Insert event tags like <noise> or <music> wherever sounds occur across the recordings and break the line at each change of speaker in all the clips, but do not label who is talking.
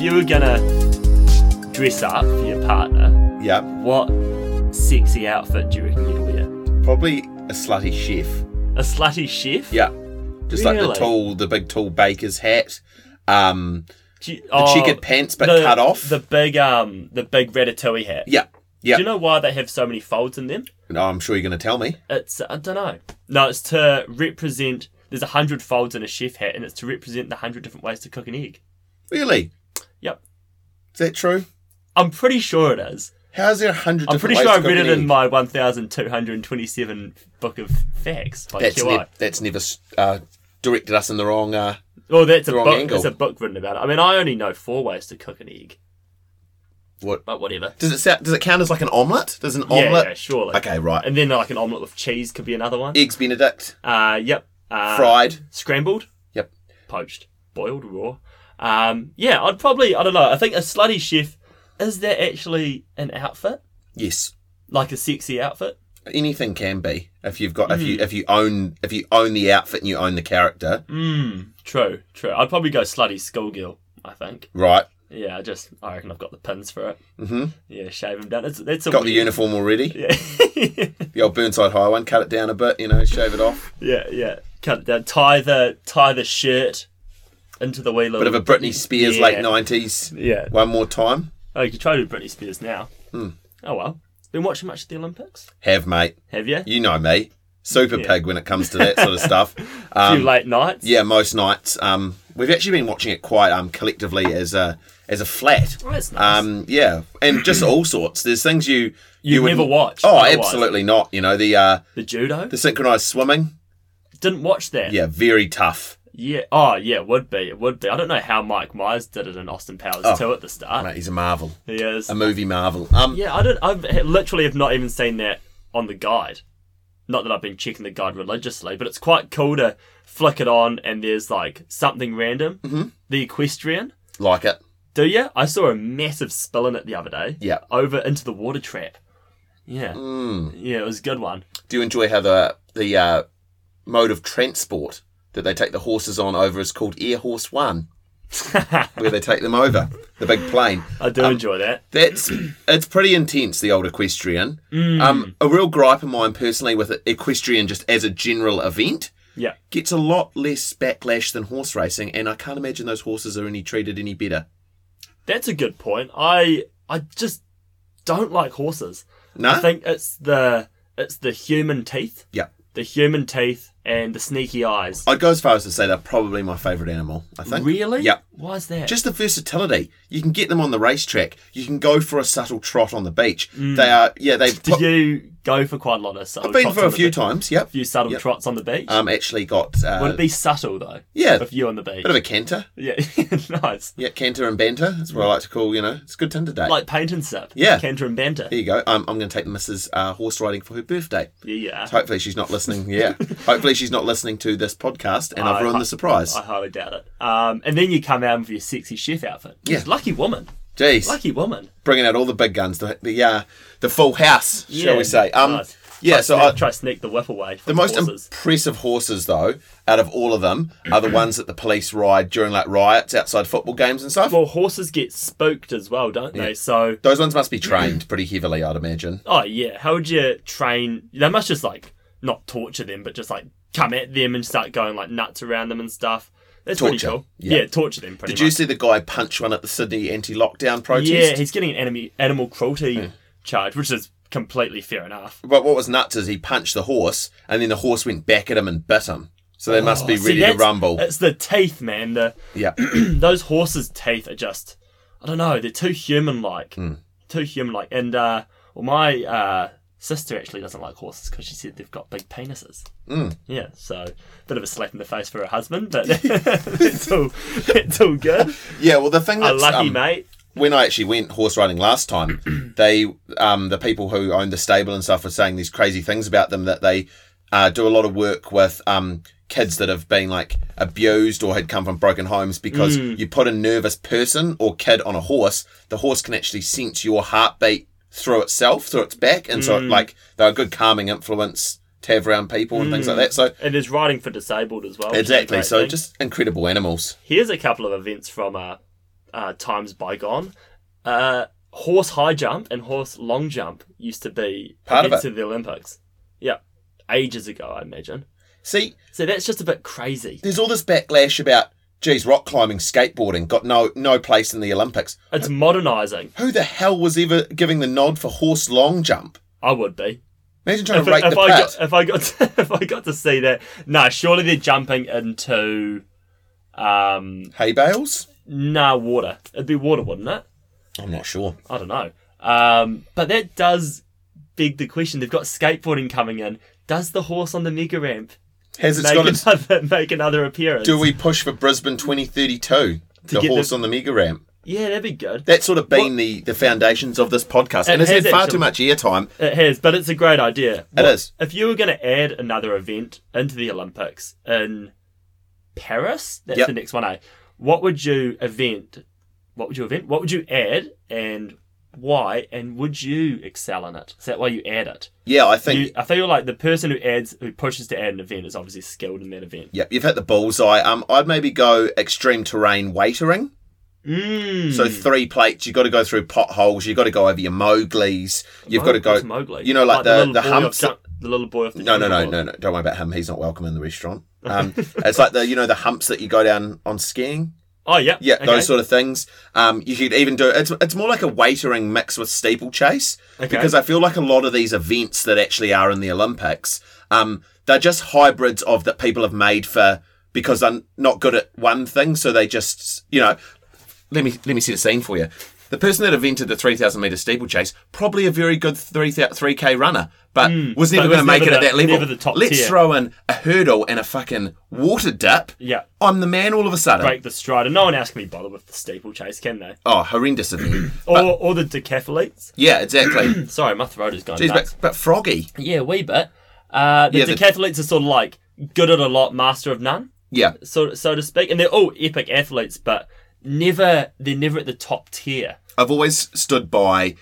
you were gonna dress up for your partner,
Yep.
what sexy outfit do you reckon you'd wear?
Probably a slutty chef.
A slutty chef?
Yeah. Just like
Really?
the tall, the big tall baker's hat. Um,
Do you-
the
oh,
checkered pants, but
the-
cut off.
The big um the big ratatouille hat.
yeah. Yeah.
Do you know why they have so many folds in them?
no, I'm sure you're going to tell me.
It's I don't know. No, it's to represent. There's a hundred folds in a chef hat, and it's to represent the hundred different ways to cook an egg.
Really?
Yep,
Is that true?
I'm pretty sure it is.
How is there a hundred?
I'm pretty
ways
sure I
to cook
read it
an egg?
in my 1,227 book of facts by
That's,
QI.
ne- that's never uh, directed us in the wrong. Uh,
well, Oh, that's a
the wrong
book.
angle.
It's a book written about it. I mean, I only know four ways to cook an egg,
what
but whatever.
does it? Sound, does it count as like an omelette? Does an
Yeah,
omelette?
yeah, surely.
Okay, right.
And then like an omelette with cheese could be another one.
Eggs Benedict,
Uh, yep. Uh,
fried.
scrambled.
Yep.
poached, boiled raw. Um, yeah, I'd probably, I don't know, I think a slutty chef, is that actually an outfit?
Yes.
Like a sexy outfit?
Anything can be if you've got if you if you own if you own the outfit and you own the character,
Mm, true, true. I'd probably go slutty schoolgirl, I think.
right?
Yeah, I just, I reckon I've got the pins for it.
Mm-hmm.
Yeah, shave them down. It's, that's a
Got the
weird-
uniform already.
<laughs> Yeah.
The old Burnside High one. Cut it down a bit. You know, shave it off.
yeah, yeah. Cut it down. Tie the, tie the shirt into the wheel.
Bit of a Britney Spears
Yeah.
late nineties.
Yeah.
One more time.
Oh, you could try to do Britney Spears now.
Hmm.
Oh, well. Been watching much of the Olympics?
Have mate.
Have you?
You know me. Super
Yeah.
pig when it comes to that sort of stuff.
<laughs>
Um,
Few late nights?
Yeah, most nights. Um, we've actually been watching it quite um, collectively as a as a flat.
Oh, that's nice.
Um, yeah, and
<clears throat>
just all sorts. There's things you
You'd
wouldn't-
never watch
Oh,
otherwise.
absolutely not. You know the uh,
the judo?
the synchronized swimming.
Didn't watch that.
Yeah, very tough.
Yeah. Oh, yeah. Would be. It would be. I don't know how Mike Myers did it in Austin Powers two at the start.
Oh, Mate, he's a marvel,
He is.
a movie marvel. Um,
yeah. I don't. I've h- literally have not even seen that on the guide. Not that I've been checking the guide religiously, but it's quite cool to flick it on and there's like something random. Mm-hmm. The equestrian.
like it.
Do you? I saw a massive spill in it the other day.
Yeah. Mm.
Over into the water trap. Yeah. Yeah. It was a good one.
Do you enjoy how the the uh, mode of transport that they take the horses on over is called Air
<laughs>
Horse One, where they take them over the big plane?
I do enjoy that.
That's it's pretty intense. The old equestrian.
Mm.
Um, a real gripe of mine personally with equestrian, just as a general event,
Yeah.
gets a lot less backlash than horse racing, and I can't imagine those horses are any treated any better.
That's a good point. I I just don't like horses.
No.
I think it's the it's the human teeth,
yeah.
the human teeth, and the sneaky eyes.
I'd go as far as to say they're probably my favourite animal. I think.
Really?
Yeah.
Why is that?
Just the versatility. You can get them on the racetrack. You can go for a subtle trot on the beach. They are. Yeah. They.
Mm. Did you go for quite a lot of subtle?
I've been
trots
for
on
a
the
few
beach?
times. Yep.
Few subtle
Yep.
trots on the beach.
Um. Actually, got. Uh,
Would it be subtle though?
yeah.
If you on the beach.
Bit of a canter.
yeah. <laughs> nice.
Yeah, canter and banter. That's what I like to call, you know, it's a good Tinder date.
Mm. Like paint and sip.
Yeah.
Canter and banter.
There you go. Um, I'm, I'm going to take the missus uh, horse riding for her birthday.
Yeah. yeah.
Hopefully she's not
<laughs>
listening. Yeah. Hopefully she's not listening to this podcast and
I
I've ruined
ho-
the surprise.
I highly doubt it. Um, and then you come out with your sexy chef outfit.
Yeah.
Lucky woman.
Jeez.
Lucky woman.
Bringing out all the big guns, the, the, uh, the full house, shall
Yeah,
we say. Um,
nice.
Yeah, so I,
try to sneak the whip away. From
the most
horses. Mm-hmm.
impressive horses, though, out of all of them, are the ones that the police ride during like riots outside football games and stuff.
Well, horses get spooked as well, don't they? So,
Those ones must be trained pretty heavily, I'd imagine.
mm-hmm. oh yeah, how would you train? They must just like not torture them, but just like come at them and start going like nuts around them and stuff. That's pretty
Torture,
cool.
yeah.
Yeah. torture them pretty
Did you
much.
see the guy punch one at the Sydney anti-lockdown protest?
yeah, he's getting an enemy, animal cruelty charge, which is completely fair enough.
But what was nuts is he punched the horse, and then the horse went back at him and bit him. So they must be
Oh, See,
ready to
that's-
rumble.
It's the teeth, man. The <clears throat>
Yeah, <clears throat>
those horses' teeth are just I don't know, they're too human like.
Hmm.
Too human like. And uh well my uh sister actually doesn't like horses because she said they've got big penises.
Hmm.
Mm. Yeah, so bit of a slap in the face for her husband, but <laughs> it's all it's all good.
yeah. Well, the thing
A
that's
lucky
um,
mate.
when I actually went horse riding last time, they um, the people who owned the stable and stuff were saying these crazy things about them that they uh, do a lot of work with um, kids that have been like abused or had come from broken homes because you put a nervous person or kid on a horse, the horse can actually sense your heartbeat through itself, through its back, and so it, like they're a good calming influence to have around people and things like that. So
And there's riding for disabled as well. which is a
Exactly.
great
So
thing.
just incredible animals.
here's a couple of events from uh, uh, times bygone, uh, horse high jump and horse long jump used to be
Part of
events
it.
the Olympics. Yeah, ages ago, I imagine.
See,
So that's just a bit crazy.
there's all this backlash about, geez, rock climbing, skateboarding got no no place in the Olympics.
It's modernising.
Who the hell was ever giving the nod for horse long jump?
I would be.
Imagine trying
If,
to rate
if
the
I
pit.
got if I got to, <laughs> if I got to see that, nah, surely they're jumping into um
Hay bales?
nah water. It'd be water, wouldn't it?
I'm not sure.
I don't know. Um, but that does beg the question. They've got skateboarding coming in. Does the horse on the mega ramp
Has it
make
got its,
another <laughs> make another appearance?
<laughs> Do we push for Brisbane 2032? The
get
horse
the-
on the mega ramp.
yeah, that'd be good.
That's sort of been the, the foundations of this podcast,
It
and it's had
has
far
actually-
too much airtime.
It has, but it's a great idea.
It is.
If you were going to add another event into the Olympics in Paris, that's
Yep.
the next one. eh? what would you event? What would you event? What would you add, and why? And would you excel in it? Is that why you add it?
Yeah, I think.
You, I feel like the person who adds, who pushes to add an event, is obviously skilled in that event.
Yep, you've hit the bullseye. Um, I'd maybe go extreme terrain waitering.
Mm.
So three plates. You've got to go through potholes. You've got to go over your Mowgli's. You've got to go.
What's Mowgli.
You know, like, the the,
little boy
humps.
off jump- the little boy off the
No, no, no,
jungle
no, no. Don't worry about him. He's not welcome in
<laughs>
the restaurant. Um, it's like the you know the humps that you go down on skiing.
board. Oh yeah,
Yeah,
okay.
those sort of things. Um, you could even do it's it's more like a waitering mix with steeplechase
Okay.
because I feel like a lot of these events that actually are in the Olympics, um, they're just hybrids of that people have made for because they're not good at one thing, so they just you know. Let me let me set a scene for you. The person that invented the three thousand meter steeplechase probably a very good three three k runner, but was never
Hmm, but
going to
was
make
never
it at
the-
that level.
never the top
Let's
tier.
throw in a hurdle and a fucking water dip.
yeah.
I'm the man all of a sudden.
Break the stride, and no one else can be bothered with the steeplechase, can they?
Oh, horrendous of you.
Or, or the decathletes.
Yeah,
<clears throat>
exactly.
Sorry, my throat is going
Jeez,
nuts.
but, but Froggy.
Yeah, wee bit. Uh, the
Yeah, the-
decathletes are sort of like good at a lot, master of none,
Yeah.
so so to speak, and they're all epic athletes, but never they're never at the top tier.
I've always stood by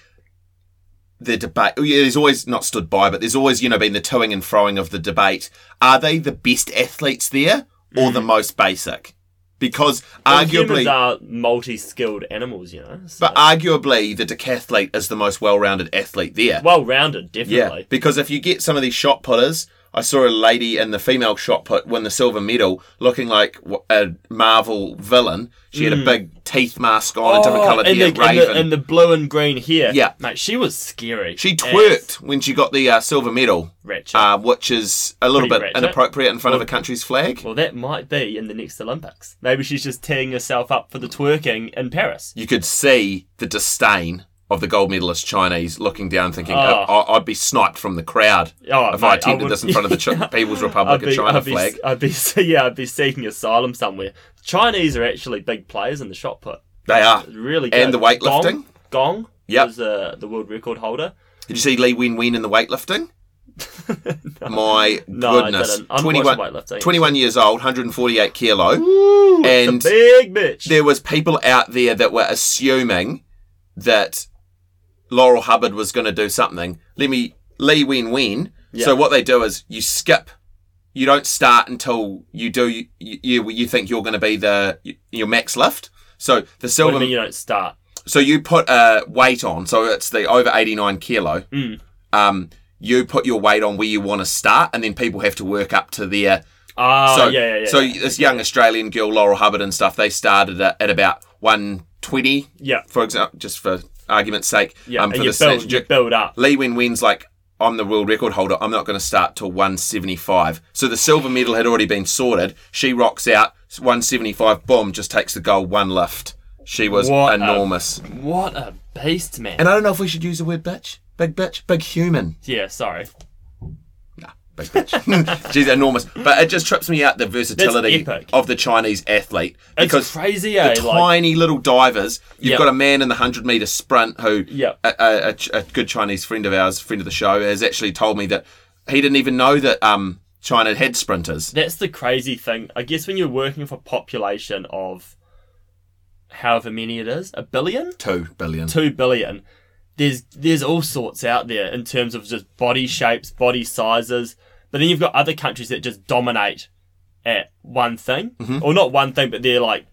the debate. oh, Yeah, there's always not stood by, but there's always, you know, been the toing and froing of the debate. Are they the best athletes there or the most basic? Because
Mm. Well,
arguably.
humans are multi-skilled animals, you know. So.
but arguably, the decathlete is the most well-rounded athlete there.
well-rounded,
Yeah,
definitely.
because if you get some of these shot putters, I saw a lady in the female shot put win the silver medal, looking like w- a Marvel villain. She had a big teeth mask on, a different
Mm. Oh,
coloured
and
hair,
the, and,
raven.
the, and the blue and green here.
Yeah.
mate, she was scary.
she
as
twerked when she got the uh, silver medal,
Ratchet.
uh, which is a little
Pretty
bit
ratchet.
inappropriate in front of a country's flag.
well, that might be in the next Olympics. Maybe she's just teeing herself up for the twerking in Paris.
You could see the disdain of the gold medalist Chinese looking down, thinking,
Oh.
"Oh, I- I'd be sniped from the crowd
Oh,
if I
mate, I
attended
would-
this in front of
<laughs>
the Ch- People's Republic of China
I'd be,
flag.
I'd be, <laughs> yeah, I'd be seeking asylum somewhere. Chinese are actually big players in the shot put.
They are.
Really good.
And the weightlifting?
Gong, Gong
Yep.
was uh, the world record holder. <laughs>
Did you see Lee Win Win in the weightlifting? My
<laughs> No, I
goodness.
didn't. I haven't watched
21,
weightlifting.
21 years old, 148 kilo.
Ooh,
And-
it's a big bitch.
There was people out there that were assuming that Laurel Hubbard was going to do something. Let me Lee Win Win.
Yeah.
So what they do is you skip. You don't start until you do you you, you think you're going to be the your max lift. So the
What do you
silver
mean you don't start?
so you put a weight on, so it's the over 89 kilo.
Mm.
Um, you put your weight on where you want to start, and then people have to work up to their.
Ah,
so,
yeah, yeah, yeah.
so
yeah.
this young Australian girl, Laurel Hubbard, and stuff, they started at, at about 120,
yeah.
for example, just for argument's sake. um,
Yeah,
for
and you
the snatch
build,
and
you
jerk.
build up.
Lee Win Win's like, I'm the world record holder. I'm not going to start till 175. So the silver medal had already been sorted. She rocks out 175. Boom! Just takes the gold one lift. She was
What a-
enormous.
What a beast, man.
And I don't know if we should use the word bitch. Big bitch. Big human.
yeah, sorry.
Nah,
<laughs>
big bitch. She's enormous. But it just trips me out the versatility
epic.
of the Chinese athlete.
It's
Because
crazy, eh? Like,
tiny little divers, you've
Yep.
got a man in the 100 meter sprint who,
Yep.
a, a- a Ch- a good Chinese friend of ours, friend of the show, has actually told me that he didn't even know that um, China had sprinters.
that's the crazy thing. I guess when you're working with a population of however many it is, a billion?
Two billion.
Two billion. There's there's all sorts out there in terms of just body shapes, body sizes. But then you've got
Mm-hmm.
other countries that just dominate at one thing. Or not one thing, but they're like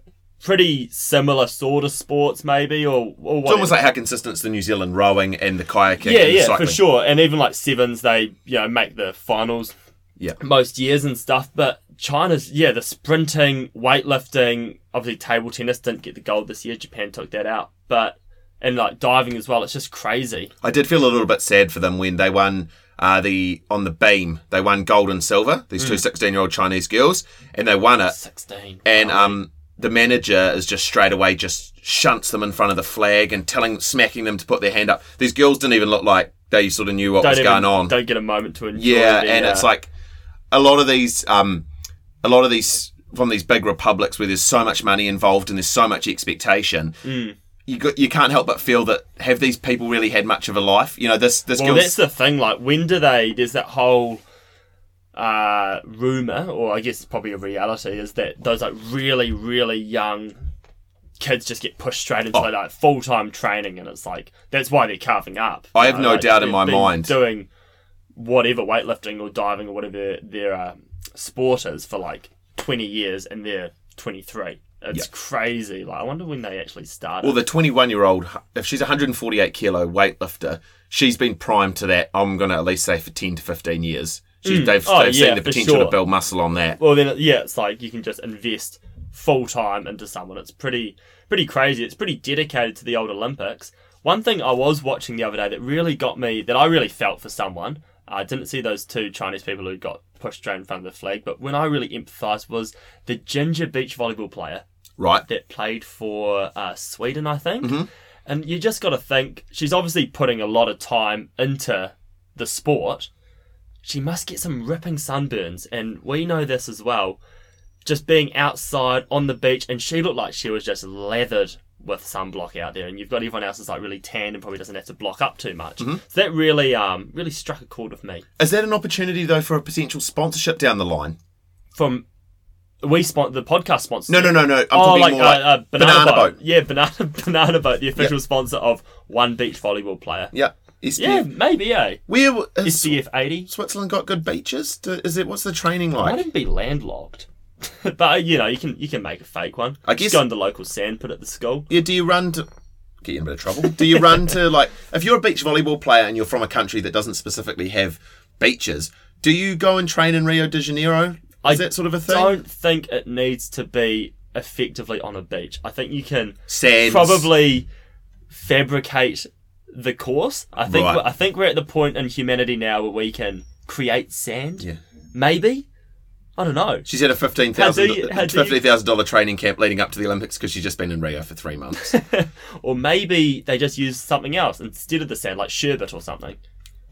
pretty similar sort of sports, maybe, or or
It's almost
whatever.
like how consistent's the New Zealand rowing and the kayaking.
yeah,
and
yeah, for
cycling.
sure. And even like sevens, they you know make the finals
Yeah.
most years and stuff. But China's yeah, the sprinting, weightlifting, obviously table tennis didn't get the gold this year. Japan took that out, but and like diving as well. It's just crazy.
I did feel a little bit sad for them when they won uh, the on the beam. They won gold and silver. These
Hmm.
two 16 year old Chinese girls, and they won it.
Sixteen
Uh, And um, the manager is just straight away just shunts them in front of the flag and telling, smacking them to put their hand up. These girls didn't even look like they sort of knew what
don't
was
even-
going on.
Don't get a moment to enjoy.
Yeah,
the,
and
uh,
it's like a lot of these, um, a lot of these from these big republics where there's so much money involved and there's so much expectation.
Mm.
You got, you can't help but feel that have these people really had much of a life? You know, this this
Well, that's
girl's
the thing. Like, when do they? There's that whole uh, rumor, or I guess probably a reality, is that those like really, really young kids just get pushed straight into
Oh.
like full time training, and it's like that's why they're carving up.
I
you
have
know,
no
like,
doubt in
they've
my
been
mind.
doing whatever weightlifting or diving or whatever their uh, sport is for like 20 years, and they're 23. It's crazy. Like, I wonder when they actually started.
well, the 21 year old. If she's a 148 kilo weightlifter, she's been primed to that. I'm gonna at least say for 10 to 15 years. She's, They've,
Oh,
they've
yeah,
seen the
for
potential
sure.
to build muscle on that.
well then yeah it's like you can just invest full time into someone it's pretty pretty crazy it's pretty dedicated to the old olympics one thing i was watching the other day that really got me that i really felt for someone i didn't see those two chinese people who got pushed straight in front of the flag but when i really empathized was the ginger beach volleyball player
Right?
that played for uh, Sweden, I think. And you just got to think she's obviously putting a lot of time into the sport. She must get some ripping sunburns, and we know this as well. Just being outside on the beach, and she looked like she was just lathered with sunblock out there. And you've got everyone else that's like really tanned and probably doesn't have to block up too much. So that really, um, really struck a chord with me.
Is that an opportunity though for a potential sponsorship down the line?
From we spon- the podcast sponsor.
No, no, no, no. I'm
oh,
talking
like,
more
uh,
like
uh, banana,
Banana
boat.
Boat.
Yeah, banana <laughs> banana boat, the official sponsor of one beach volleyball player.
Yeah.
Yeah,
SPF.
maybe eh? yeah.
Where w- has
SDF eighty.
Switzerland got good beaches? Do, is it what's the training
Might
like?
even be landlocked, <laughs> but you know you can you can make a fake one.
I
Just
guess-
go into local sand pit at the school.
Yeah, do you run to get you in a bit of trouble? Do you run
<laughs>
to like if you're a beach volleyball player and you're from a country that doesn't specifically have beaches, do you go and train in Rio de Janeiro? Is
I
that sort of a thing?
Don't think it needs to be effectively on a beach. I think you can
Sands.
probably fabricate the course. I think
Right.
we're- I think we're at the point in humanity now where we can create sand.
Yeah.
Maybe. I don't know.
She's had a fifteen
How do you-
thousand
how do you-
fifteen thousand dollar training camp leading up to the Olympics because she's just been in Rio for
<laughs>
three months.
Or maybe they just use something else instead of the sand, like sherbet or something.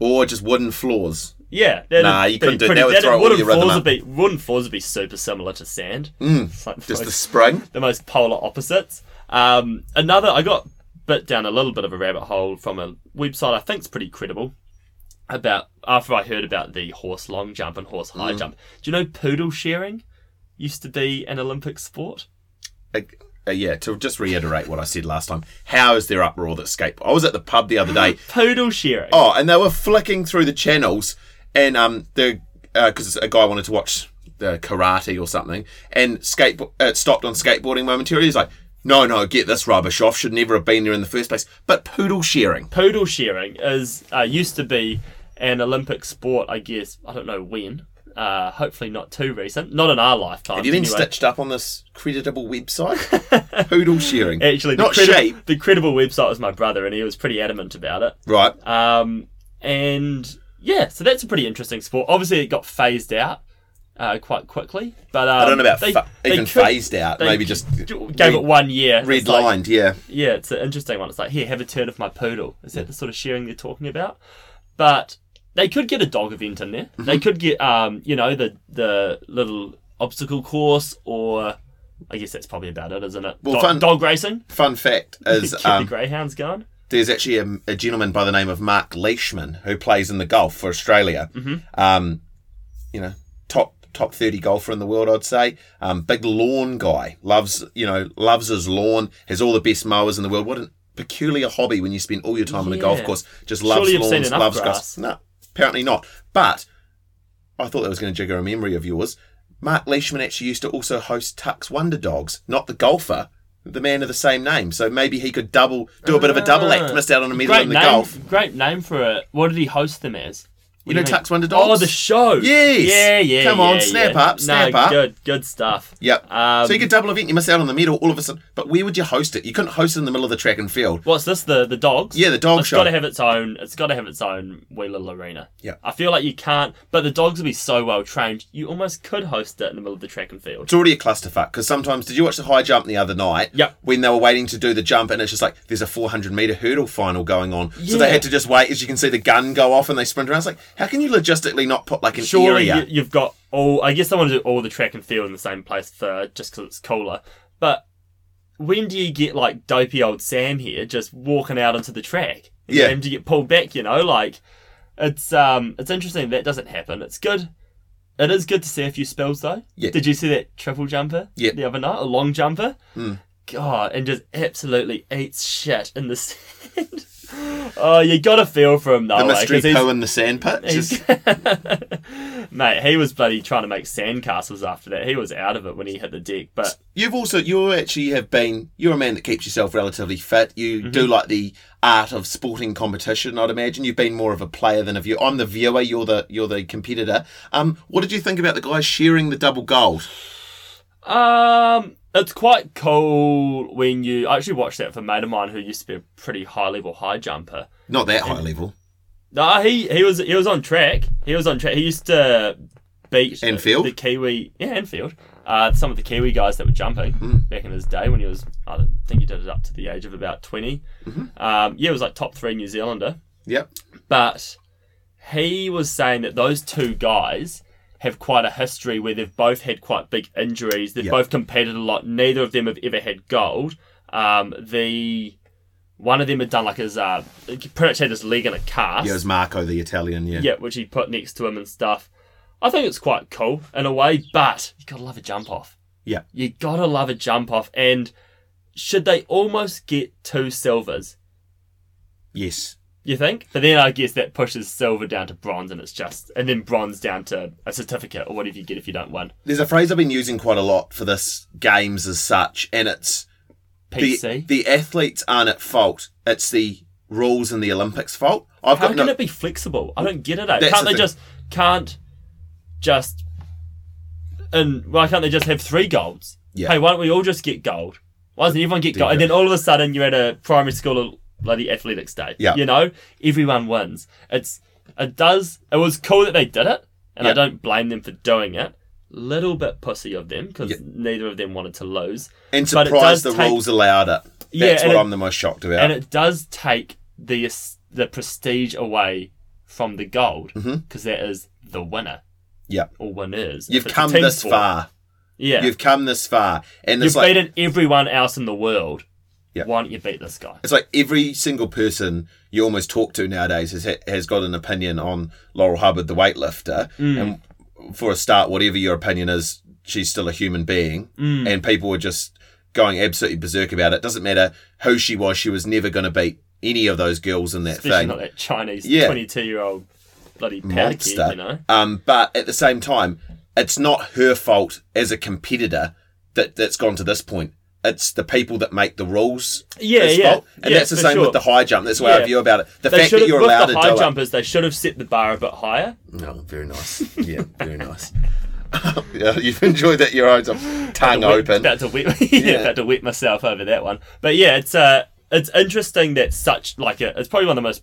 or just wooden floors.
Yeah, that'd
Nah, you
be
couldn't do it.
pretty-
That would
that'd-
throw all
wooden
your rhythm
floors
up. Mm,
would be wooden floors would be super similar to sand. It's like
Just
most-
the spring.
the most polar opposites. Um, another, I got bit down a little bit of a rabbit hole from a website I think's pretty credible about after I heard about the horse long jump and horse high
Mm.
jump. Do you know poodle sharing used to be an Olympic sport?
uh, uh, yeah, to just reiterate what I said last time, how is there uproar that skateboard? I was at the pub the other day.
<gasps> Poodle sharing.
Oh, and they were flicking through the channels, and um, the because a guy wanted to watch the karate or something, and skateboard uh, stopped on skateboarding momentarily. He's like, "No, no, get this rubbish off. Should never have been there in the first place." But poodle sharing.
Poodle sharing is uh, used to be an Olympic sport, I guess. I don't know when. Uh, hopefully not too recent. Not in our lifetime.
Have you been
anyway.
stitched up on this creditable website? <laughs> poodle sharing.
Actually, the,
not
credi-
shape,
the credible website was my brother, and he was pretty adamant about it.
right?
Um, and yeah, so that's a pretty interesting sport. Obviously, it got phased out uh, quite quickly, but um,
I don't know about
they,
fa-
they
even
could-
phased out.
they
Maybe just
gave it one year.
red
It's like-
lined. yeah.
yeah, it's an interesting one. It's like, here, have a turn of my poodle. Is that the sort of sharing they're talking about? But they could get a dog event in there. They could get, um, you know, the the little obstacle course, or I guess that's probably about it, isn't it?
Well,
dog,
fun-
dog racing. <laughs>
Fun fact is
Keep
um,
the greyhounds going.
there's actually a, a gentleman by the name of Mark Leishman who plays in the golf for Australia.
Mm-hmm.
Um, you know, top top thirty golfer in the world, I'd say. Um, big lawn guy, loves you know loves his lawn, has all the best mowers in the world. What a peculiar hobby when you spend all your time on a golf
Yeah.
course, just loves
Surely you've seen
lawns,
enough
loves
grass.
grass. No, apparently not. But I thought that was going to jigger a memory of yours. Mark Leishman actually used to also host Tuck's Wonder Dogs, not the golfer, the man of the same name. So maybe he could double do a bit of a double act, missed out on a medal
Great
in the
name,
golf.
great name for it. What did he host them as?
You know, Tuck's Wonder
Oh,
Dogs?
the show.
Yes.
Yeah, yeah.
Come on,
yeah,
snap
yeah.
up, snap
no,
up.
Good, good stuff.
Yep.
Um,
so you could double event, you miss out on the medal all of a sudden. But where would you host it? You couldn't host it in the middle of the track and field.
What's this? The the dogs?
Yeah, the dog
It's
show.
got to have its own. It's got to have its own wee little arena.
Yeah.
I feel like you can't. But the dogs will be so well trained. You almost could host it in the middle of the track and field.
It's already a clusterfuck because sometimes did you watch the high jump the other night?
Yep.
When they were waiting to do the jump and it's just like there's a 400 meter hurdle final going on, so they
Yeah.
had to just wait. As you can see, the gun go off and they sprint around. It's like how can you logistically not put like an
Surely
area?
you, you've got all. I guess I want to do all the track and field in the same place for just because it's cooler. But when do you get like dopey old Sam here just walking out onto the track? And
Yeah.
Him to get pulled back. You know, like it's um it's interesting that doesn't happen. It's good. It is good to see a few spills though.
Yeah.
Did you see that triple jumper?
Yeah.
The other night, a long jumper.
Mm.
God, and just absolutely eats shit in the <laughs> sand. oh, you got to feel for him though.
the
like, 'cause
mystery
he's-
poo in the sandpit.
He's- <laughs>
Just,
Mate, he was bloody trying to make sandcastles after that. He was out of it when he hit the deck. But
you've also you actually have been you're a man that keeps yourself relatively fit. You
Mm-hmm.
do like the art of sporting competition. I'd imagine you've been more of a player than a viewer. I'm the viewer. You're the you're the competitor. Um, what did you think about the guy sharing the double gold?
um, it's quite cool when you. I actually watched that for a mate of mine who used to be a pretty high level high jumper.
Not that high level.
No, he he was he was on track. He was on track. He used to beat
Enfield?
the Kiwi. Yeah, Enfield. Uh, some of the Kiwi guys that were jumping back in his day when he was. I don't think he did it up to the age of about 20 Um, yeah, it was like top three New Zealander.
Yep.
but he was saying that those two guys have quite a history where they've both had quite big injuries. They've
Yeah.
both competed a lot. Neither of them have ever had gold. Um, the one of them had done like his uh, pretty much had his leg in a cast.
Yeah, it was Marco the Italian. Yeah.
Yeah, which he put next to him and stuff. I think it's quite cool in a way, but you gotta love a jump off.
Yeah.
You gotta love a jump off. And should they almost get two silvers?
Yes.
You think? But then I guess that pushes silver down to bronze, and it's just, and then bronze down to a certificate or whatever you get if you don't win.
There's a phrase I've been using quite a lot for this games as such, and it's the,
PC.
the athletes aren't at fault. It's the rules in the Olympics' fault. I've
How
got
can
no.
it be flexible? I don't get it. Eh?
That's
Can't
the
they
thing.
just can't just and why can't they just have three golds?
Yeah.
Hey, why don't we all just get gold? Why doesn't everyone get gold? And then all of a sudden you're at a primary school bloody athletics day.
Yeah.
You know, everyone wins. It's it does. It was cool that they did it, and
Yeah.
I don't blame them for doing it. Little bit pussy of them because
Yeah.
neither of them wanted to lose.
and
but it does
surprised the
take-
rules allowed it. That's
Yeah, and
what
it-
I'm the most shocked about.
and it does take the es- the prestige away from the gold because
Mhm.
is the winner.
Yeah.
or winners.
You've
If it's a
come
team
this
sport.
far.
Yeah, you've,
You've come this far, and it's like
beaten everyone else in the world.
Yeah.
Why don't you beat this guy?
it's like every single person you almost talk to nowadays has has got an opinion on Laurel Hubbard, the weightlifter.
Mm.
And for a start, whatever your opinion is, she's still a human being,
Mm.
and people were just going absolutely berserk about it. Doesn't matter who she was; she was never going to beat any of those girls in that
Especially
thing.
not that Chinese
Yeah.
twenty-two-year-old bloody powder kid,
monster.
you know.
Um, but at the same time, it's not her fault as a competitor that that's gone to this point. It's the people that make the rules.
Yeah,
that's
yeah.
fault. and
Yeah,
that's the
for
same
sure.
with the high jump. That's the way I
Yeah.
view about it. The
They
fact
should
that
have
you're
with
allowed to
the high
do
jumpers. They should have set the bar a bit higher.
it. No, Oh, very nice. Yeah, very nice. <laughs> yeah, you've enjoyed that. Your own tongue
wet-
open.
About to wet, <laughs> yeah,
Yeah.
about to wet myself over that one. But yeah, it's uh, it's interesting that such like a, it's probably one of the most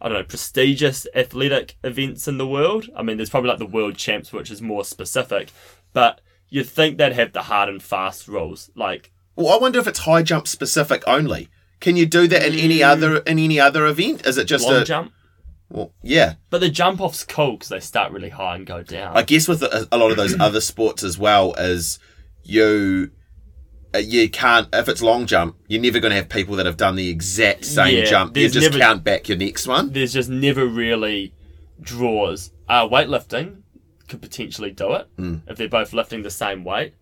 I don't know prestigious athletic events in the world. I mean, there's probably like the world champs, which is more specific, but you'd think they'd have the hard and fast rules. Like,
Well, I wonder if it's high jump specific only. Can you do that in any other in any other event? Is it just
long
a
jump.
Well, yeah?
But the jump off's cool because they start really high and go down.
I guess with a, a lot
<clears throat>
of those other sports as well is you uh, you can't if it's long jump you're never going to have people that have done the exact same
Yeah,
jump you
there's
just
never-
count back your next one
There's just never really draws. Uh, weightlifting could potentially do it if they're both lifting the same weight.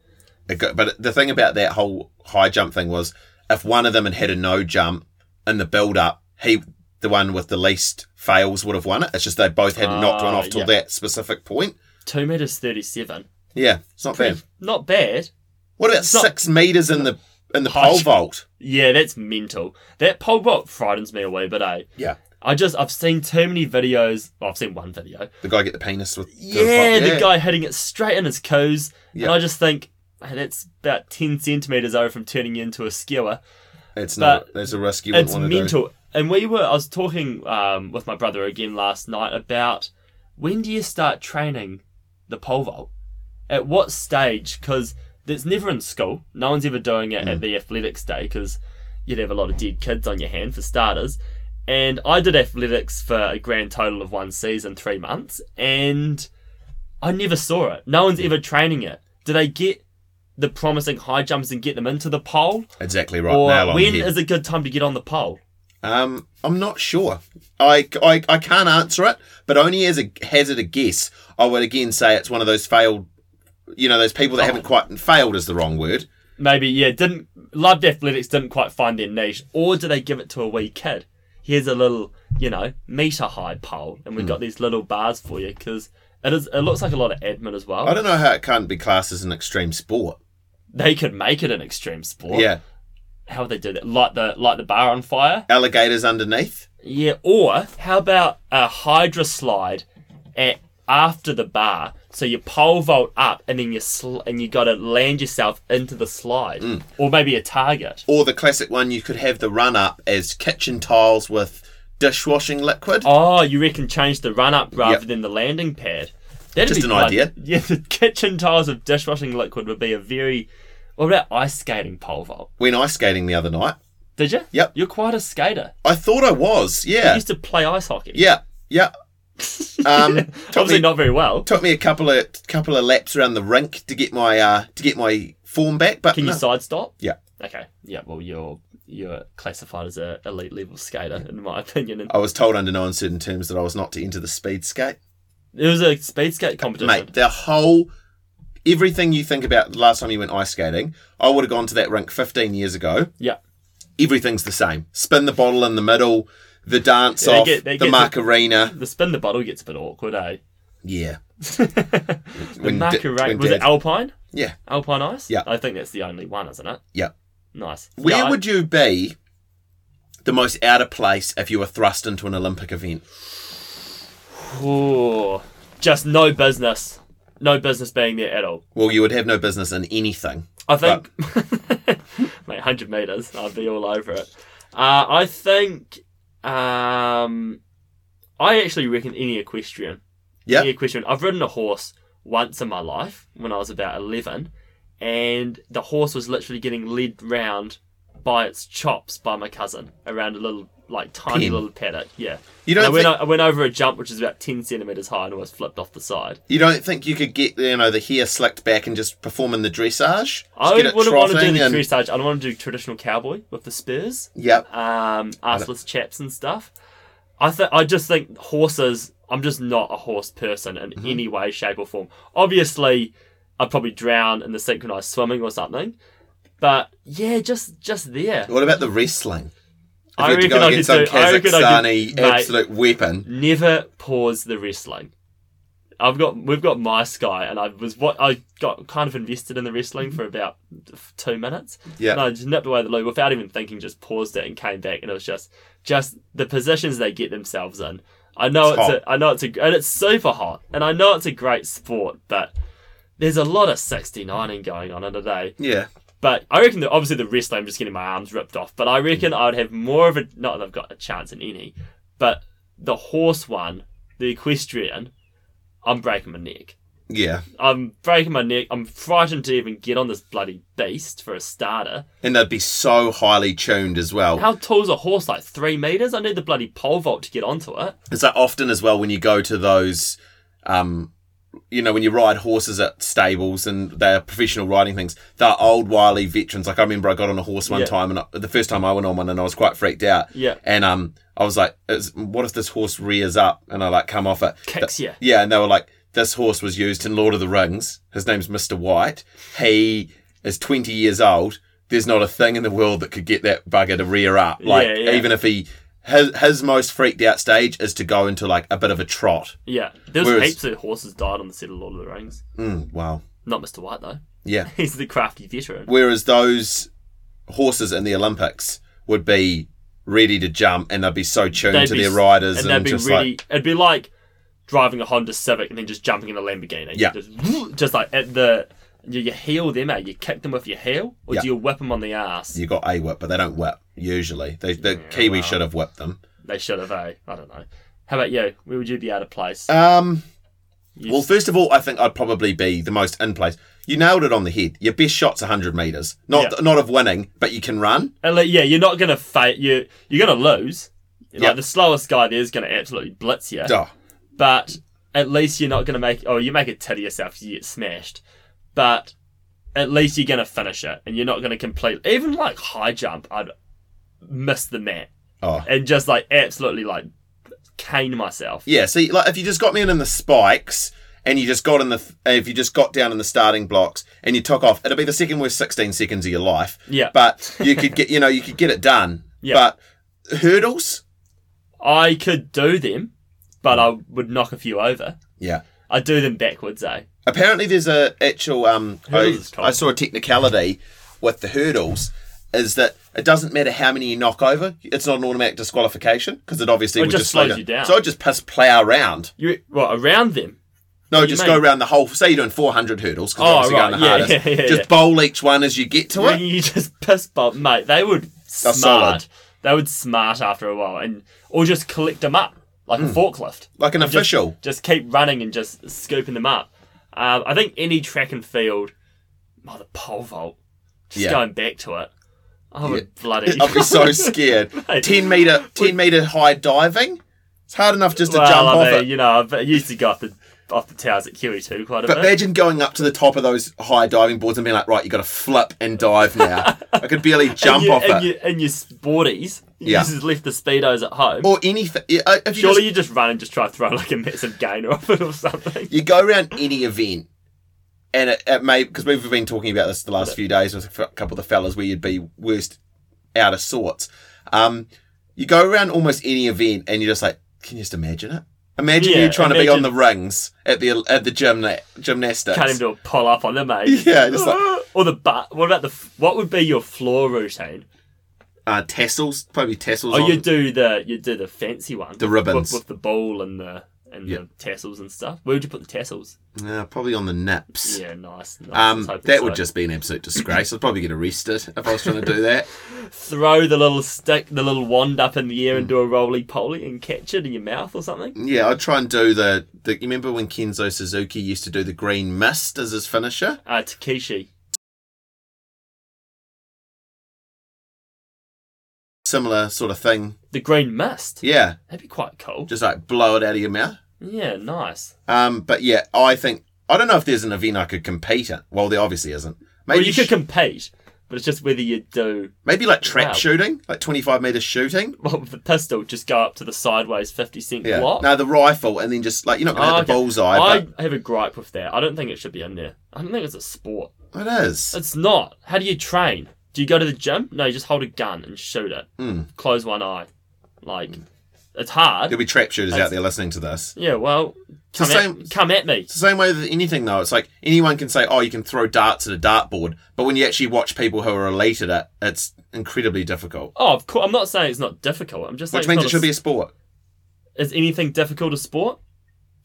It go- but the thing about that whole high jump thing was if one of them had had a no jump in the build up he the one with the least fails would have won it it's just they both hadn't knocked one
Ah,
off till
yeah.
that specific point
Two meters thirty-seven.
yeah it's not
Pretty-
bad
Not bad.
what about
not-
six meters in the in the pole vault.
Yeah, that's mental. That pole vault frightens me away, but I,
Yeah.
I just I've seen too many videos. Well, I've seen one video.
The guy get the penis with.
Yeah, the guy hitting it straight in his coos,
Yeah.
and I just think "Man, that's about ten centimeters over from turning you into a skewer.
It's
but
not. There's a risk you wouldn't
It's
want to do.
mental. And we were I was talking um, with my brother again last night about when do you start training the pole vault? At what stage? Because it's never in school. No one's ever doing it
Mm.
at the athletics day because you'd have a lot of dead kids on your hand for starters. And I did athletics for a grand total of one season, three months, and I never saw it. No one's ever training it. Do they get the promising high jumps and get them into the pole?
Exactly right.
Or
Nail on the
when
head.
is a good time to get on the pole?
Um, I'm not sure. I, I, I can't answer it, but only as a hazard a guess, I would again say it's one of those failed, you know, those people that haven't quite failed is the wrong word.
Maybe, yeah, didn't loved athletics didn't quite find their niche, or do they give it to a wee kid? Here's a little, you know, meter high pole, and
Hmm.
we've got these little bars for you because it is. It looks like a lot of admin as well.
I don't know how it can't be classed as an extreme sport.
They could make it an extreme sport.
Yeah,
How would they do that? Light the light the bar on fire.
alligators underneath.
Yeah. Or how about a hydra slide at after the bar? So you pole vault up, and then you sl- and you got to land yourself into the slide,
Hmm.
or maybe a target.
Or the classic one, you could have the run up as kitchen tiles with dishwashing liquid.
Oh, you reckon change the run up rather
Yep.
than the landing pad? That'd
Just
be
an
fun.
idea.
<laughs> Yeah, the kitchen tiles of dishwashing liquid would be a very. What about ice skating pole vault?
When ice skating the other night,
Did you?
Yep.
You're quite a skater.
I thought I was.
You
Yeah,
used to play ice hockey. <laughs>
yeah, yeah. <laughs> Um, took
Obviously
me-
not very well.
took me a couple of couple of laps around the rink to get my uh, to get my form back. But
Can you
no.
side stop?
Yeah.
Okay. Yeah. Well, you're you're classified as a elite level skater in my opinion. And
I was told under no uncertain terms that I was not to enter the speed skate.
it was a speed skate competition.
Mate, the whole everything you think about the last time you went ice skating, I would have gone to that rink 15 years ago.
Yeah.
Everything's the same. Spin the bottle in the middle, the dance
Yeah, they
off,
get- they
the
get
macarena.
The spin the bottle gets a bit awkward, eh? <laughs>
Yeah.
the
When da-
Macarena
when
was it
Dad-
Alpine?
Yeah.
Alpine Ice?
Yeah.
I think that's the only one, isn't it?
Yeah.
Nice.
Where
Yeah, I-
would you be the most out of place if you were thrust into an Olympic event?
Ooh, just no business. No business being there at all.
Well, you would have no business in anything.
I think, <laughs> mate, 100 metres, I'd be all over it. Uh, I think, um, I actually reckon any equestrian.
Yeah.
Any equestrian. I've ridden a horse once in my life when I was about 11, and the horse was literally getting led round by its chops by my cousin around a little, like, tiny
Pin.
little paddock. Yeah.
You
And I
don't
went,
think,
o- I went over a jump which is about 10 centimetres high and almost flipped off the side.
you don't think you could get you know the hair slicked back and just perform in the dressage? Just
I
get it
wouldn't want to do
trotting
the
and-
dressage. I don't want to do traditional cowboy with the spurs,
Yep.
um, arseless chaps and stuff. I th- I just think horses. I'm just not a horse person in
Mm-hmm.
any way, shape, or form. Obviously, I'd probably drown in the synchronized swimming or something. But yeah, just just there.
What about the wrestling? If
I
you had to
reckon
go
I
against some
could do- I reckon I could-
Kazakhstani
mate.
absolute weapon.
Never pause the wrestling. I've got we've got my sky, and I was what I got kind of invested in the wrestling for about two minutes.
Mm-hmm. Yeah.
And I just nipped away the loo without even thinking, just paused it and came back, and it was just just the positions they get themselves in. I know
It's
it's, a, I know it's a, and it's super hot, and I know it's a great sport, but there's a lot of 69ing going on in a day.
Yeah.
But I reckon that obviously the wrestling, I'm just getting my arms ripped off. But I reckon I would have more of a not that I've got a chance in any, but the horse one, the equestrian, I'm breaking my neck.
Yeah.
I'm breaking my neck. I'm frightened to even get on this bloody beast for a starter.
And they'd be so highly tuned as well.
How tall's a horse? Like three meters? I need the bloody pole vault to get onto it.
Is that often as well when you go to those, um, you know, when you ride horses at stables and they're professional riding things, they're old wily veterans. Like I remember I got on a horse one
Yeah.
time and I, the first time I went on one and I was quite freaked out.
Yeah.
And um, I was like, "Is- what if this horse rears up and I like come off it?
Kicks ya.
Yeah, and they were like, this horse was used in Lord of the Rings. His name's Mr. White. He is 20 years old. There's not a thing in the world that could get that bugger to rear up. Like,
Yeah, yeah.
even if he. His, his most freaked out stage is to go into like a bit of a trot.
Yeah, there's
Whereas-
heaps of horses died on the set of Lord of the Rings.
Mm, wow.
Not Mr. White though. <laughs>
Yeah.
He's the crafty veteran.
Whereas those horses in the Olympics would be ready to jump and they'd be so tuned
They'd
to
be-
their riders
and
and,
that'd be
just
really.
like
it'd be like driving a Honda Civic and then just jumping in a Lamborghini.
Yeah.
Just, <laughs> just like at the you, you heel them out. You kick them with your heel, or
Yeah.
do you whip them on the ass?
you got a whip, but they don't whip usually. They, the Kiwi should have whipped them.
They should have. Eh? I don't know. How about you? Where would you be out of place?
Um,
You-
Well, first of all, I think I'd probably be the most in place. You nailed it on the head. Your best shot's 100 metres. Not
Yeah.
not of winning, but you can run.
And like, yeah, you're not gonna fight. You you're gonna lose.
Yeah.
Like the slowest guy there is gonna absolutely blitz you.
Duh.
But at least you're not gonna make. Oh, you make a tit of yourself. You get smashed. But at least you're gonna finish it, and you're not gonna complete. Even like high jump, I'd miss the net
Oh.
and just like absolutely like cane myself.
Yeah, see, like if you just got me in, in the spikes and you just got in the if you just got down in the starting blocks and you took off, it'd be the second worst 16 seconds of your life.
Yeah.
But
<laughs>
you could get, you know, you could get it done.
Yeah.
But hurdles?
I could do them, but I would knock a few over.
Yeah.
I do them backwards, eh?
Apparently, there's a actual. Um, I,
Hurdles is cool.
I saw a technicality with the hurdles is that it doesn't matter how many you knock over; it's not an automatic disqualification because it obviously
It
would
just
just slow
slows you down.
So I just pass plow around.
You well around them.
No,
you
just
mean?
go around the whole. Say you're doing 400 hurdles because
Oh,
obviously
right,
going the
yeah, <laughs>
hardest.
yeah, yeah,
just
yeah.
bowl each one as you get to
<laughs>
it.
You just piss bomb, mate. They would smart.
solid.
They would smart after a while, and or just collect them up like
Hmm.
a forklift.
Like an
And just- <laughs>
official.
Just, keep running and just scooping them up. Um, I think any track and field, oh, the pole vault. Just
Yeah.
going back to it. I would bloody.
I'd
<laughs>
be so <laughs> scared.
Mate.
10 meter, 10 meter high diving. It's hard enough just to
well,
jump
I
off
mean,
it.
you know, I've- I used to go off the off the towers at Kiwi too quite a
But
bit.
imagine going up to the top of those high diving boards and being like, right, you got to flip and dive now. I could barely
<laughs> and
jump
you,
off
and
it.
You, and your sporties. You
Yeah.
just left the speedos at home.
or anything. Yeah, uh, If you,
Surely
just-
you just run and just try to throw like a massive gainer <laughs> off it or something.
you go around any event, and it, it may because we've been talking about this the last few days with a f- couple of the fellas where you'd be worst out of sorts. Um, you go around almost any event, and you're just like, can you just imagine it? Imagine
Yeah,
you trying to be on
imagine-
the rings at the at the gymna- gymnastics.
Can't even do a pull up on them, mate.
Yeah, just like-
<laughs> or the butt. What about the? f- What would be your floor routine?
uh, tassels, probably tassels.
Oh,
on.
you do the you do the fancy one,
The ribbons.
with, with the ball and the and the tassels and stuff. Where would you put the tassels?
Uh, probably on the nips.
Yeah, nice. nice. I was
Um,
hoping
that
so.
would just be an absolute disgrace. I'd probably get arrested if I was trying to do that.
throw the little stick, the little wand up in the air
Mm.
and do a roly poly and catch it in your mouth or something.
Yeah, I'd try and do the, the. You remember when Kenzo Suzuki used to do the green mist as his finisher?
Uh, Takeshi.
Similar sort of thing.
The green mist.
Yeah,
That'd be quite cool.
just like blow it out of your mouth.
Yeah, nice.
Um, but yeah, I think I don't know if there's an event I could compete in. Well, there obviously isn't. Maybe
well, you could
sh-
compete, but it's just whether you do
maybe like trap
Wow.
shooting, like twenty five meter shooting.
well, with the pistol, just go up to the sideways 50 cent
Yeah,
block.
no, the rifle, and then just like you're not gonna
Oh,
hit the
okay.
bullseye,
I have a gripe with that. I don't think it should be in there. I don't think it's a sport.
but it is.
It's not. How do you train? Do you go to the gym? No, you just hold a gun and shoot it.
Mm.
Close one eye. Like,
Hmm.
it's hard.
There'll be trap shooters out
It's-
there listening to this.
Yeah, well,
the
come,
same-
at, come at me.
It's the same way with anything though. It's like anyone can say, "Oh, you can throw darts at a dartboard," but when you actually watch people who are elite at it, it's incredibly difficult.
Oh, of course. I'm not saying it's not difficult. I'm just saying
Which means it
it's
should
not
be
a
a sport.
s- Is anything difficult a sport?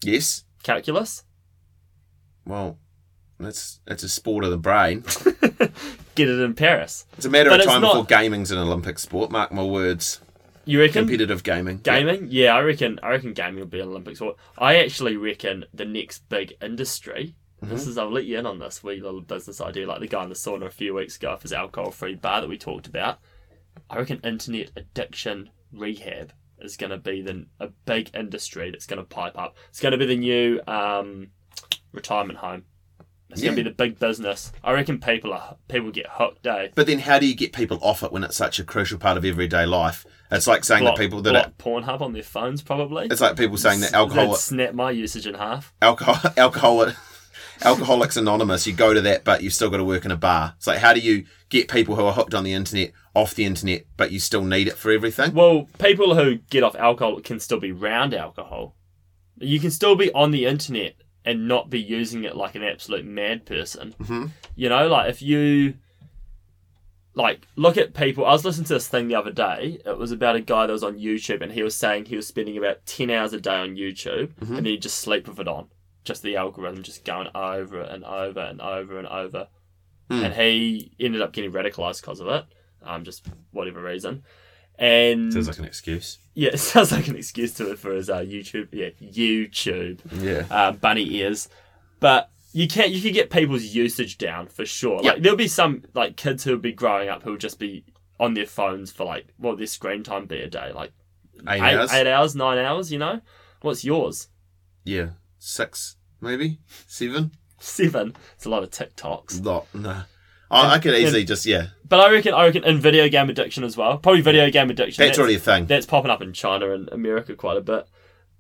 Yes.
Calculus?
Well, that's it's a sport of the brain.
Get it in Paris.
It's a matter
But
of
it's
time
not-
before gaming's an Olympic sport. Mark my words.
You reckon?
Competitive gaming.
Gaming? Yeah, I reckon. I reckon gaming will be an Olympic sport. I actually reckon the next big industry. This
Mm-hmm.
is I'll let you in on this wee little business idea, like the guy in the sauna a few weeks ago for his alcohol-free bar that we talked about. I reckon internet addiction rehab is going to be the a big industry that's going to pipe up. It's going to be the new um, retirement home. It's going
Yeah.
to be the big business. I reckon people are people get hooked. Eh?
But then, how do you get people off it when it's such a crucial part of everyday life? It's like saying
Block,
that people that
block Pornhub on their phones probably.
it's like people saying that alcohol,
They'd snap my usage in half.
alcohol, <laughs> alcohol, alcoholics anonymous. You go to that, but you've still got to work in a bar. It's like, how do you get people who are hooked on the internet off the internet, but you still need it for everything?
Well, people who get off alcohol can still be round alcohol. You can still be on the internet and not be
Mm-hmm.
using it like an absolute mad person.
Mhm.
You know, like if you like look at people. I was listening to this thing the other day. It was about a guy that was on YouTube, and he was saying he was spending about ten hours a day on YouTube,
Mm-hmm.
and then he just sleep with it on, just the algorithm, just going over and over and over and over.
Hmm.
And he ended up getting radicalized because of it, um, just whatever reason. And
Sounds like an excuse.
yeah, <laughs> it sounds like an excuse to it for his uh, YouTube, yeah, YouTube
Yeah.
uh, bunny ears. But you can you can get people's usage down for sure.
Yeah.
Like there'll be some like kids who'll be growing up who'll just be on their phones for like what would their screen time be a day like
Eight,
eight,
hours.
eight hours, nine hours. You know, what's yours? <laughs>
Yeah. Six, maybe? Seven?
Seven. It's a lot of TikToks.
Lot. Nah. I, I could easily just, yeah.
But I reckon I reckon in video game addiction as well. Probably video game addiction.
That's already a thing.
that's popping up in China and America quite a bit.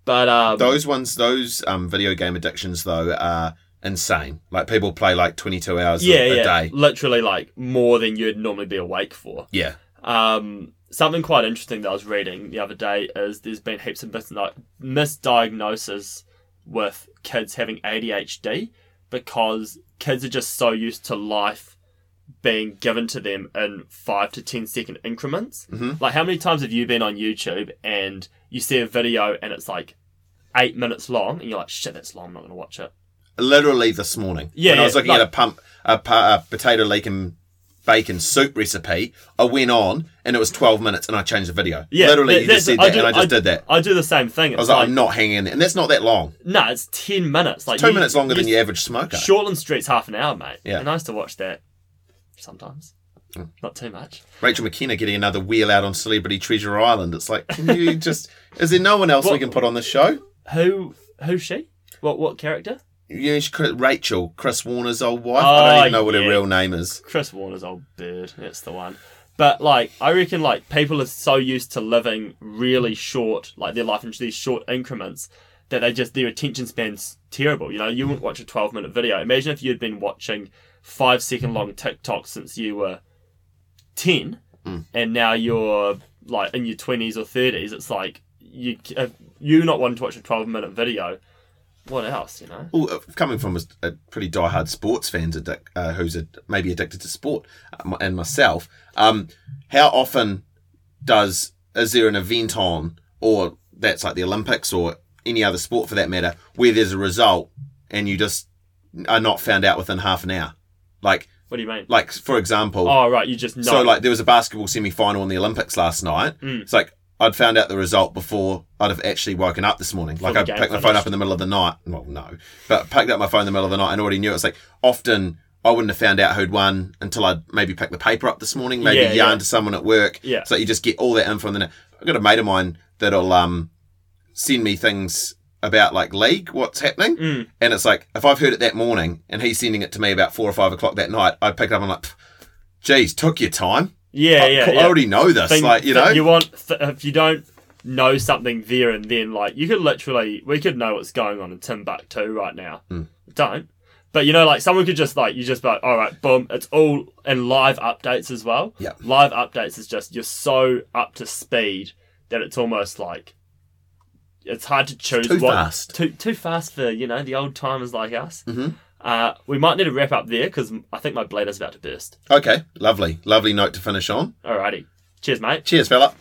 But um,
those ones, those um, video game addictions, though, are insane. Like people play like 22 hours a-
yeah,
a,
yeah,
day.
literally like more than you'd normally be awake for.
Yeah.
Um, something quite interesting that I was reading the other day is there's been heaps of misdi- misdiagnoses with kids having ADHD because kids are just so used to life being given to them in five to ten second increments.
Mhm.
Like, how many times have you been on YouTube and you see a video and it's like eight minutes long and you're like, shit, that's long, I'm not going to watch it.
Literally this morning.
Yeah,
When I
yeah,
was looking at a pump, a, pa- a potato leek and bacon soup recipe, I went on and it was 12 minutes and I changed the video.
Yeah,
Literally,
that-
you just
that's-
said
I
that
do-
and I just
I-
did that.
I do the same thing. It's
I was like, I'm not hanging in there. And that's not that long.
no, it's ten minutes. Like
Two
you-
minutes longer
you
than your average smoker.
Shortland Street's half an hour, mate.
Yeah.
And I used to watch that sometimes. Not too much.
Rachel McKenna getting another wheel out on Celebrity Treasure Island. It's like, can
<laughs>
you just. Is there no one else we
What-
can put on the show?
Who who's she? What what character?
You know, she- Rachel, Chris Warner's old wife.
Oh,
I don't even know what
yeah.
her real name is.
Chris Warner's old bird, that's the one. But like I reckon like people are so used to living really short, like their life in these short increments that they just their attention span's terrible. You know, you wouldn't watch a twelve minute video. Imagine if you'd been watching five second long TikToks since you were ten
Hmm.
and now you're like in your twenties or thirties, it's like you if you not wanting to watch a twelve minute video, what else, you know?
Well, uh, coming from a, a pretty diehard sports fans addic- uh, who's a, maybe addicted to sport, um, and myself, um, how often does is there an event on, or that's like the Olympics or any other sport for that matter, where there's a result and you just are not found out within half an hour? Like,
What do you mean?
like for example,
Oh right, you just know
So like there was a basketball semi-final in the Olympics last night.
Mm.
It's like I'd found out the result before I'd have actually woken up this morning. Like
the
I
game
picked my phone
finished.
up in the middle of the night. Well, no, but picked up my phone in the middle of the night and already knew. it. It's like often I wouldn't have found out who'd won until I'd maybe picked the paper up this morning, maybe
Yeah,
yarn
yeah.
to someone at work.
Yeah.
So you just get all that info in the net. I've got a mate of mine that'll um send me things about like league, what's happening.
Mm.
And it's like if I've heard it that morning and he's sending it to me about four or five o'clock that night, I'd pick it up and I'm like, "Pff, geez, took your time.
Yeah,
I,
yeah,
uh, cool, Oh, I
yeah.
already know this.
thing-
like, you
thing
know,
you want th- if you don't know something there and then, like you could literally, we could know what's going on in Timbuktu right now.
Hmm.
Don't, but you know, like someone could just like you just be like, all right, boom, it's all and live updates as well.
Yeah.
live updates is just you're so up to speed that it's almost like it's hard to choose
too
what
fast.
too too fast for you know the old timers like us.
Mhm.
Uh, we might need to wrap up there because I think my bladder's about to burst.
Okay, lovely. Lovely note to finish on.
Alrighty, cheers, mate.
Cheers, fella.